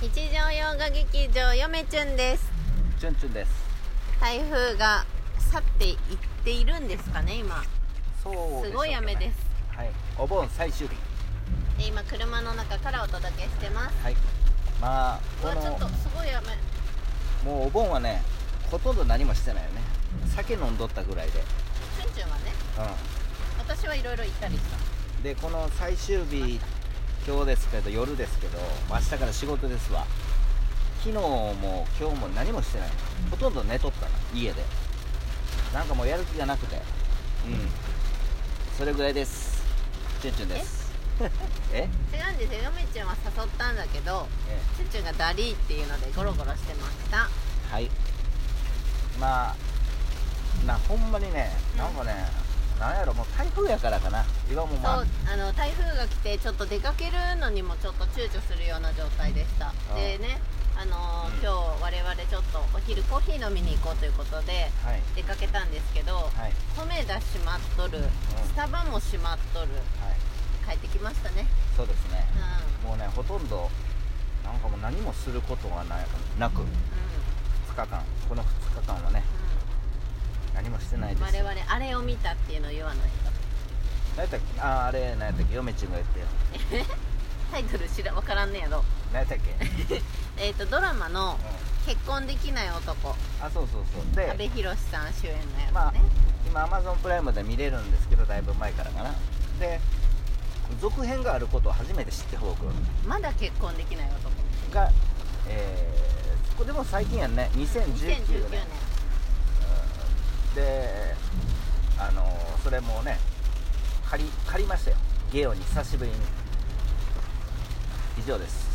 日常洋画劇場よめちゅんですチュンチュンです台風が去っていっているんですかね今そうでしょうかねすごい雨ですはいお盆最終日で今車の中からお届けしてますはいまあうこわちょっとのすごい雨もうお盆はねほとんど何もしてないよね酒飲んどったぐらいでチュンチュンはねう私はいろいろ行ったりしたんでこの最終日今日ですけど夜ですけど明日から仕事ですわ昨日も今日も何もしてないほとんど寝とったな家でなんかもうやる気がなくてうんそれぐらいですチュンチュンです え違うんですよよめちゅんは誘ったんだけどえチュンチュンがダリーっていうのでゴロゴロしてましたはいまあなほんまにねうんなんかね、なんやろもう台風やからかな今もまそあうあの台風が来てちょっと出かけるのにもちょっと躊躇するような状態でしたあでねあのーうん今日我々ちょっとお昼コーヒー飲みに行こうということではい出かけたんですけどはい米田閉まっとるスタバも閉まっとるはい帰ってきましたねそうですねうん、もうねほとんどなんかもう何もすることがないなくう2日間この2日間はね何もしてないでんうん、す我々あれを見たっていうのを言わないと何やったっけあーあれ何やったっけ嫁ちんが言ってよタイトル知ら分からんねやろ何やったっけ、うん、えっ、とドラマの「結婚できない男」あそうそうそうで阿部寛さん主演のやつね、まあ今 Amazon プライムで見れるんですけどだいぶ前からかなで続編があることを初めて知って僕まだ結婚できない男が、えー、これでも最近やんね2019 2019年うんであのーそれもね借り借りましたよゲオに久しぶりに以上です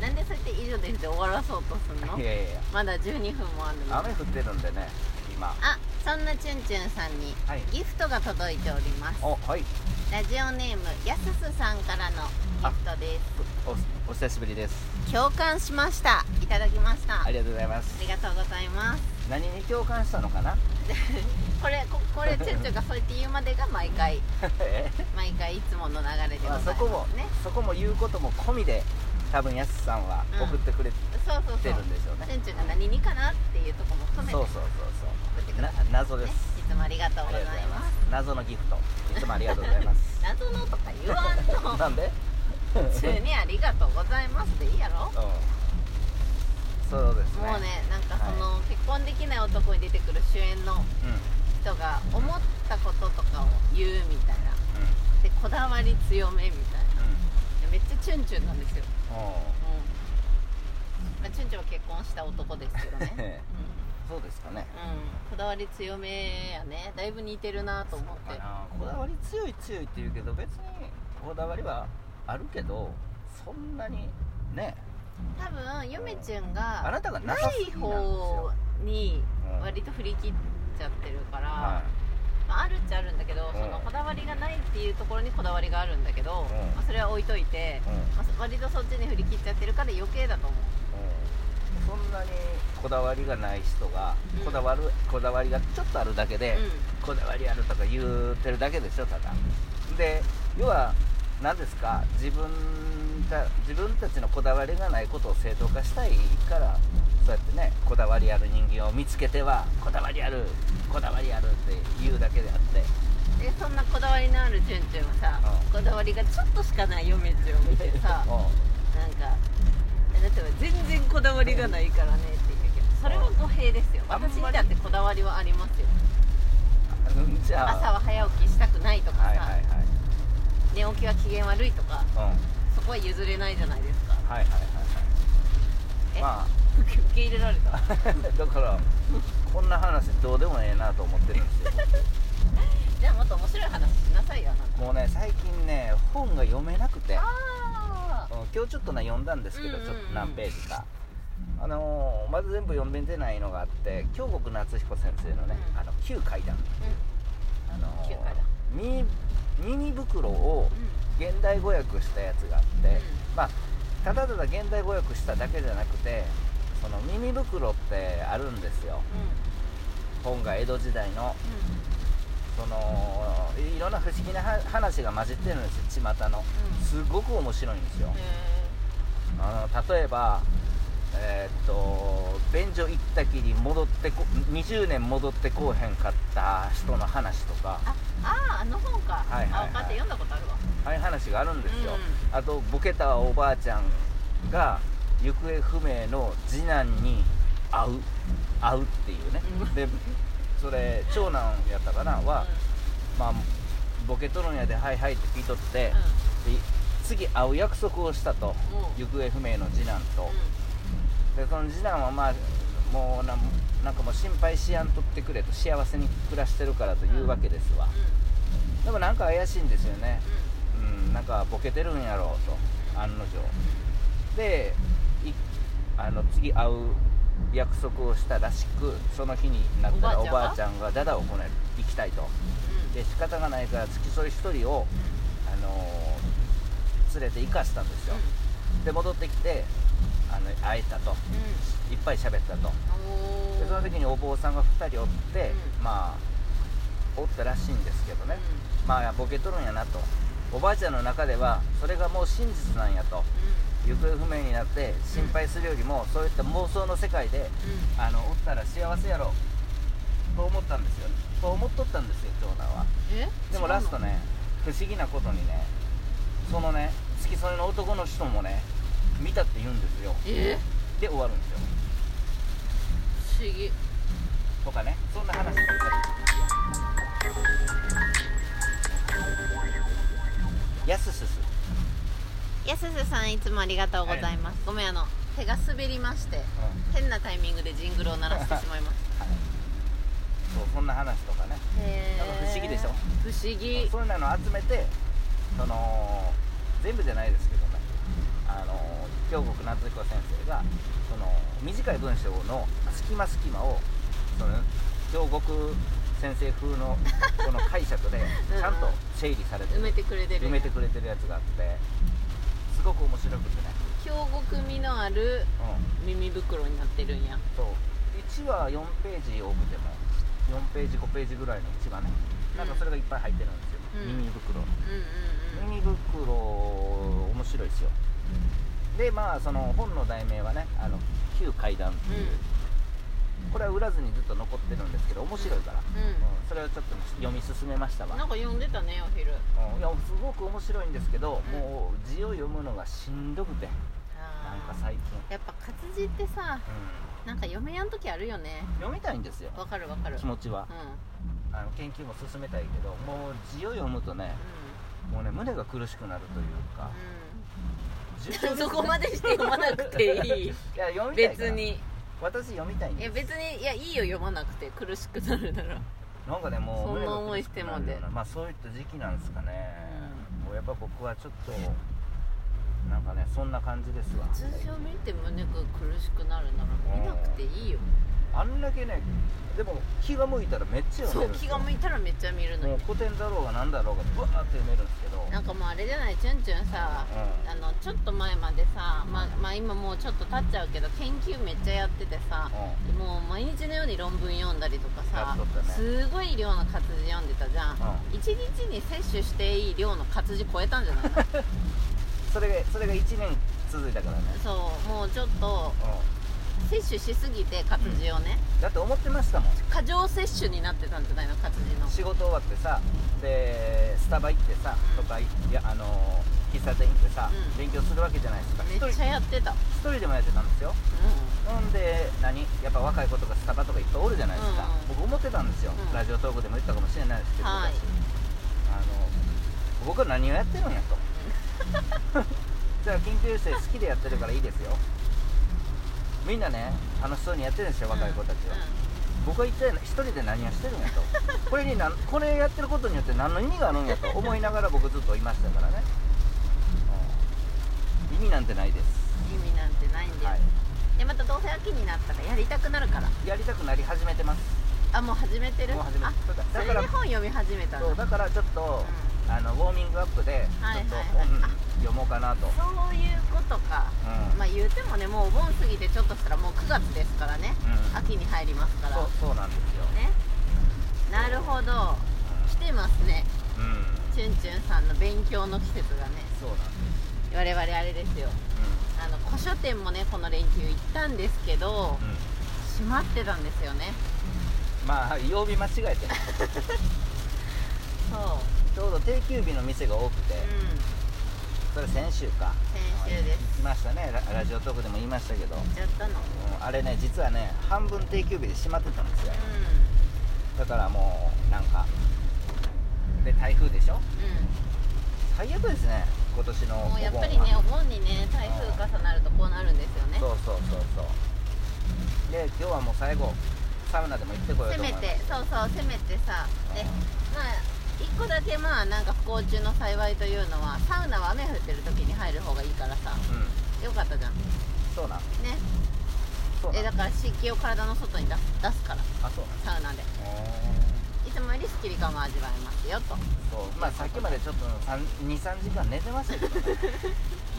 なんでそうやって以上ですって終わらそうとすんのいやいやいやまだ12分もあるのに雨降ってるんでね今あそんなチュンチュンさんにはいギフトが届いておりますおはいラジオネームやすすさんからのギフトですおお久しぶりです共感しましたいただきましたあありがとうございますりがとうございます何に共感したのかな これここれチュンチュンがそうやって言うまでが毎 回え毎回いつもの流れでございまあますそこも、ねそこも言うことも込みで多分やすさんはうん送ってくれてそうそうそうるんでしょうチね、ュンチュンが何にかなっていうとこも含めてそう送そうそうってそうくだなさって、ね、謎です、いつもありがとうあごりざがいとうごまざいますす謎のギフトいつもありがとうございます謎のとか言わんの なんで普通にありがとうございますでいいやろうんそうですねもうねなんかその、結婚できない男に出てくる主演のうんうん人が思ったこととかを言うみたいなでこだわり強めみたいなめっちゃチュンチュンなんですよ、うんおうんまあ、チュンチュンは結婚した男ですけど ね、うんーそうですかねこだわり強めやねだいぶ似てるなと思ってそうかなこだわり強い強いって言うけど別にこだわりはあるけどそんなにね多分ヨメチュンあがなたがななさすぎいなんですよ方にうん割と振り切っちゃってるから、はまあ、あるっちゃあるんだけど、うんそのこだわりがないっていうところにこだわりがあるんだけど、うんまあ、それは置いといてい、、うんまあ、割とそっちに振り切っちゃってるから余計だと思うそんなにこだわりがない人がうんこだわる、こだわりがちょっとあるだけで、うこだわりあるとか言うてるだけでしょただで要は何ですか自分た自分たちのこだわりがないことを正当化したいからそうやってねこだわりある人間を見つけてはこだわりあるこだわりあるって言うだけであってんでそんなこだわりのあるチュンチュンはさ、うこだわりがちょっとしかないヨメチュンを見て さうんなんか「あなたは全然こだわりがないからね」って言うけどそれは語弊ですよあんま私りにだってこだわりはありますようんじゃあ朝は早起きしたくないとかさ、はいはいは寝起きは機嫌悪いとかい、そこは譲れないじゃないですかうん、はいはいはいはいえ、まあ受け受け入れられた だからこんな話どうでもええなと思ってるんですよじゃあもっと面白い話しなさいよあなたもうね最近ね本が読めなくてうんああ今日ちょっとね読んだんですけど、うんうんうちょんっと何ページかあのーまず全部読めてないのがあって京極夏彦先生のねう「んあの旧階段」あのー旧階段ミニミニ袋をうんうん現代語訳したやつがあって、うんまあただただ現代語訳しただけじゃなくてその耳袋ってあるんですよ本が江戸時代のそのいろんな不思議なは話が混じってるんですよ巷のうすごく面白いんですよんうんへあの例えばえーっと便所行ったきり戻ってこ20年戻ってこうへんかった人の話とかああーあの本か、はいはいはいあ分かって読んだことあるわああいう話があるんですよ、うあとボケたおばあちゃんが行方不明の次男に会う会うっていうね、うんでそれ長男やったかなは、まあボケとるんやで「はいはい」って聞いとって、うんで次会う約束をしたと、うん行方不明の次男と、でその次男はまあもうなんなんかもう心配しやんとってくれと幸せに暮らしてるからというわけですわ、でもなんか怪しいんですよねうんなんかボケてるんやろうと案の定でいあの次会う約束をしたらしくその日になったらおおばばああちちゃんがダダをこねる行きたいとで仕方がないから付き添い1人を、あのー連れて行かしたんですよ、で戻ってきてあの会えたといっぱい喋ったとでその時にお坊さんが2人おって、うんまあおったらしいんですけどね、まあボケとるんやなとおばあちゃんの中ではそれがもう真実なんやと行方不明になって心配するよりも、そういった妄想の世界であのおったら幸せやろと思ったんですよと思っとったんですよ長男はでもラストね不思議なことにねそのね付き添いの男の人もね見たって言うんですよえで終わるんですよ不思議とかねそんな話をしたりやすすすやすすさんいつもありがとうございます、ごめんあの手が滑りましてうんはい変なタイミングでジングルを鳴らしてしまいますそうそんな話とかねへなんか不思議でしょ不思議そういうのを集めてその全部じゃないですけどねあの京極夏彦先生がその短い文章の隙間隙間をその京極先生風のこの解釈でうんちゃんと整理されて埋めてくれてる埋めてくれてるやつがあってすごく面白くてね、京極味のあるう耳袋になってるんやん、そう1話4ページ多くても4ページ5ページぐらいの1話ねなんかそれがいっぱい入ってるんですよ、うん耳袋うんうんうん耳袋面白いですよでまあその本の題名はね「あの旧怪談」っていう、これは売らずにずっと残ってるんですけど面白いから、うんうそれをちょっと読み進めましたわん、なんか読んでたねお昼うんいやすごく面白いんですけど、うんもう字を読むのがしんどくてなんか最近、やっぱ活字ってさなんか読めやん時あるよねうん、読みたいんですよわかるわかる気持ちはう、んあの研究も進めたいけどもう字を読むとねもうね胸が苦しくなるという かうん、うん、重症ですねそこまでして読まなくてい いいや読みたいか別らに私読みたいんいでやす別にいやいいよ読まなくて苦しくなるならなんかねもうそんな胸が思いしてまで苦しくなるようなまあそういった時期なんですかね、もうやっぱ僕はちょっとなんかねそんな感じですわ通常見て胸が苦しくなるなら見なくていいよあんだけねでも気が向いたらめっちゃそ読うめるんです気よが向いたらめっちゃ見るのもよう古典だろうが何だろうがブワーって読めるんですけどなんかもうあれじゃないチュンチュンさあのちょっと前までさままあ今もうちょっと経っちゃうけど研究めっちゃやっててさうんうんもう毎日のように論文読んだりとかやっさ、とったねすごい量の活字読んでたじゃん、う一日に摂取していい量の活字超えたんじゃ ないのそれがそれが1年続いたからね、そうもうちょっとう摂取しすぎて活字をね、ん、だって思ってましたもん過剰摂取になってたんじゃないの活字の仕事終わってさでスタバ行ってさとかいやあのー喫茶店行ってさ、うん勉強するわけじゃないですかめっ一ちゃ人やってた、うん、一人でもやってたんですよほんで何やっぱ若い子とかスタバとかいっぱいおるじゃないですか、うん僕思ってたんですよ、うんラジオトークでも言ったかもしれないですけど、はい私あの僕は何をやってるん やとじゃあ緊急生好きでやってるからいいですよみんなね楽しそうにやってるんですよ若い子たちは、僕は一体一人で何をしてるんや とこれになんこれやってることによって何の意味があるんやと思いながら僕ずっといましたからね、うん意味なんてないです、うん意味なんてないんで、はいでまたどうせ秋になったらやりたくなるからやりたくなり始めてますあもう始めてるもう始めあてだそだれかでら本読み始めたのそうだからちょっと、あのウォーミングアップでちはいょっとはいはい本あ読もうかなと、そういうことかうんまあ言うてもねもうお盆過ぎてちょっとしたらもう9月ですからねうん秋に入りますからそうそうなんですよ、ねなるほど来てますねうん、うんチュンチュンさんの勉強の季節がねそうなんです、我々あれですようんあの古古書店もねこの連休行ったんですけど閉まってたんですよねまあ曜日間違え てねそう、ちょうど定休日の店が多くてうん、それ先週か先週です来ましたねララジオトークでも言いましたけど、行っちゃったのうんあれね実はね半分定休日で閉まってたんですようだからもうなんかで台風でしょんうん最悪ですね今年のお盆もはうやっぱりねお盆にね台風重なるとこうなるんですよねそうそうそうそうで今日はもう最後サウナでも行ってこようせと思めいますてそうそうせめてさでまあ一個だけまあなんか不幸中の幸いというのはサウナは雨降ってる時に入る方がいいからさうん、うん、よかったじゃんねそうなんそうなえんだから湿気を体の外に出す出すからあそうなんサウナでいつもよりスッキリ感も味わえますよとそうまあさっきまでちょっと23時間寝てましたけ どね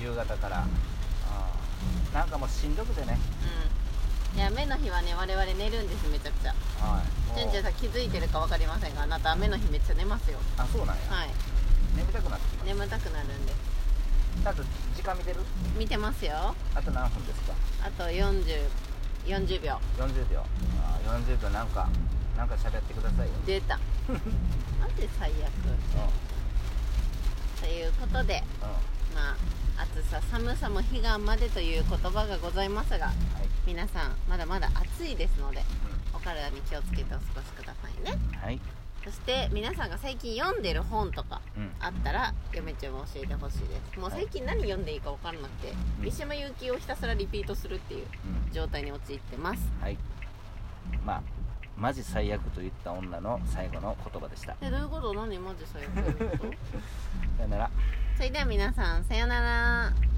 夕方からうんなんかもうしんどくてねうんいや雨の日はね我々寝るんですめちゃくちゃはいじゅもうんじゅんさん気づいてるか分かりませんがあなた雨の日めっちゃ寝ますよあそうなんや、はい眠たくなってきま眠たくなるんでしたあと時間見てる見てますよあと何分ですかあと4040秒40秒あー40秒なんかなんか喋ってくださいよ、出 たなんで最悪うんということでうんはまあ暑さ寒さも彼岸までという言葉がございますがい皆さんまだまだ暑いですのでお体に気をつけてお過ごしくださいねうんはいそして皆さんが最近読んでる本とかうんあったら嫁ちゃんも教えてほしいですもうはい最近何読んでいいか分からなくてうん三島由紀夫をひたすらリピートするっていう状態に陥ってますうんはいまあマジ最悪と言った女の最後の言葉でしたえどういうこと何マジ最悪どういうことさよならそれでは皆さんさようなら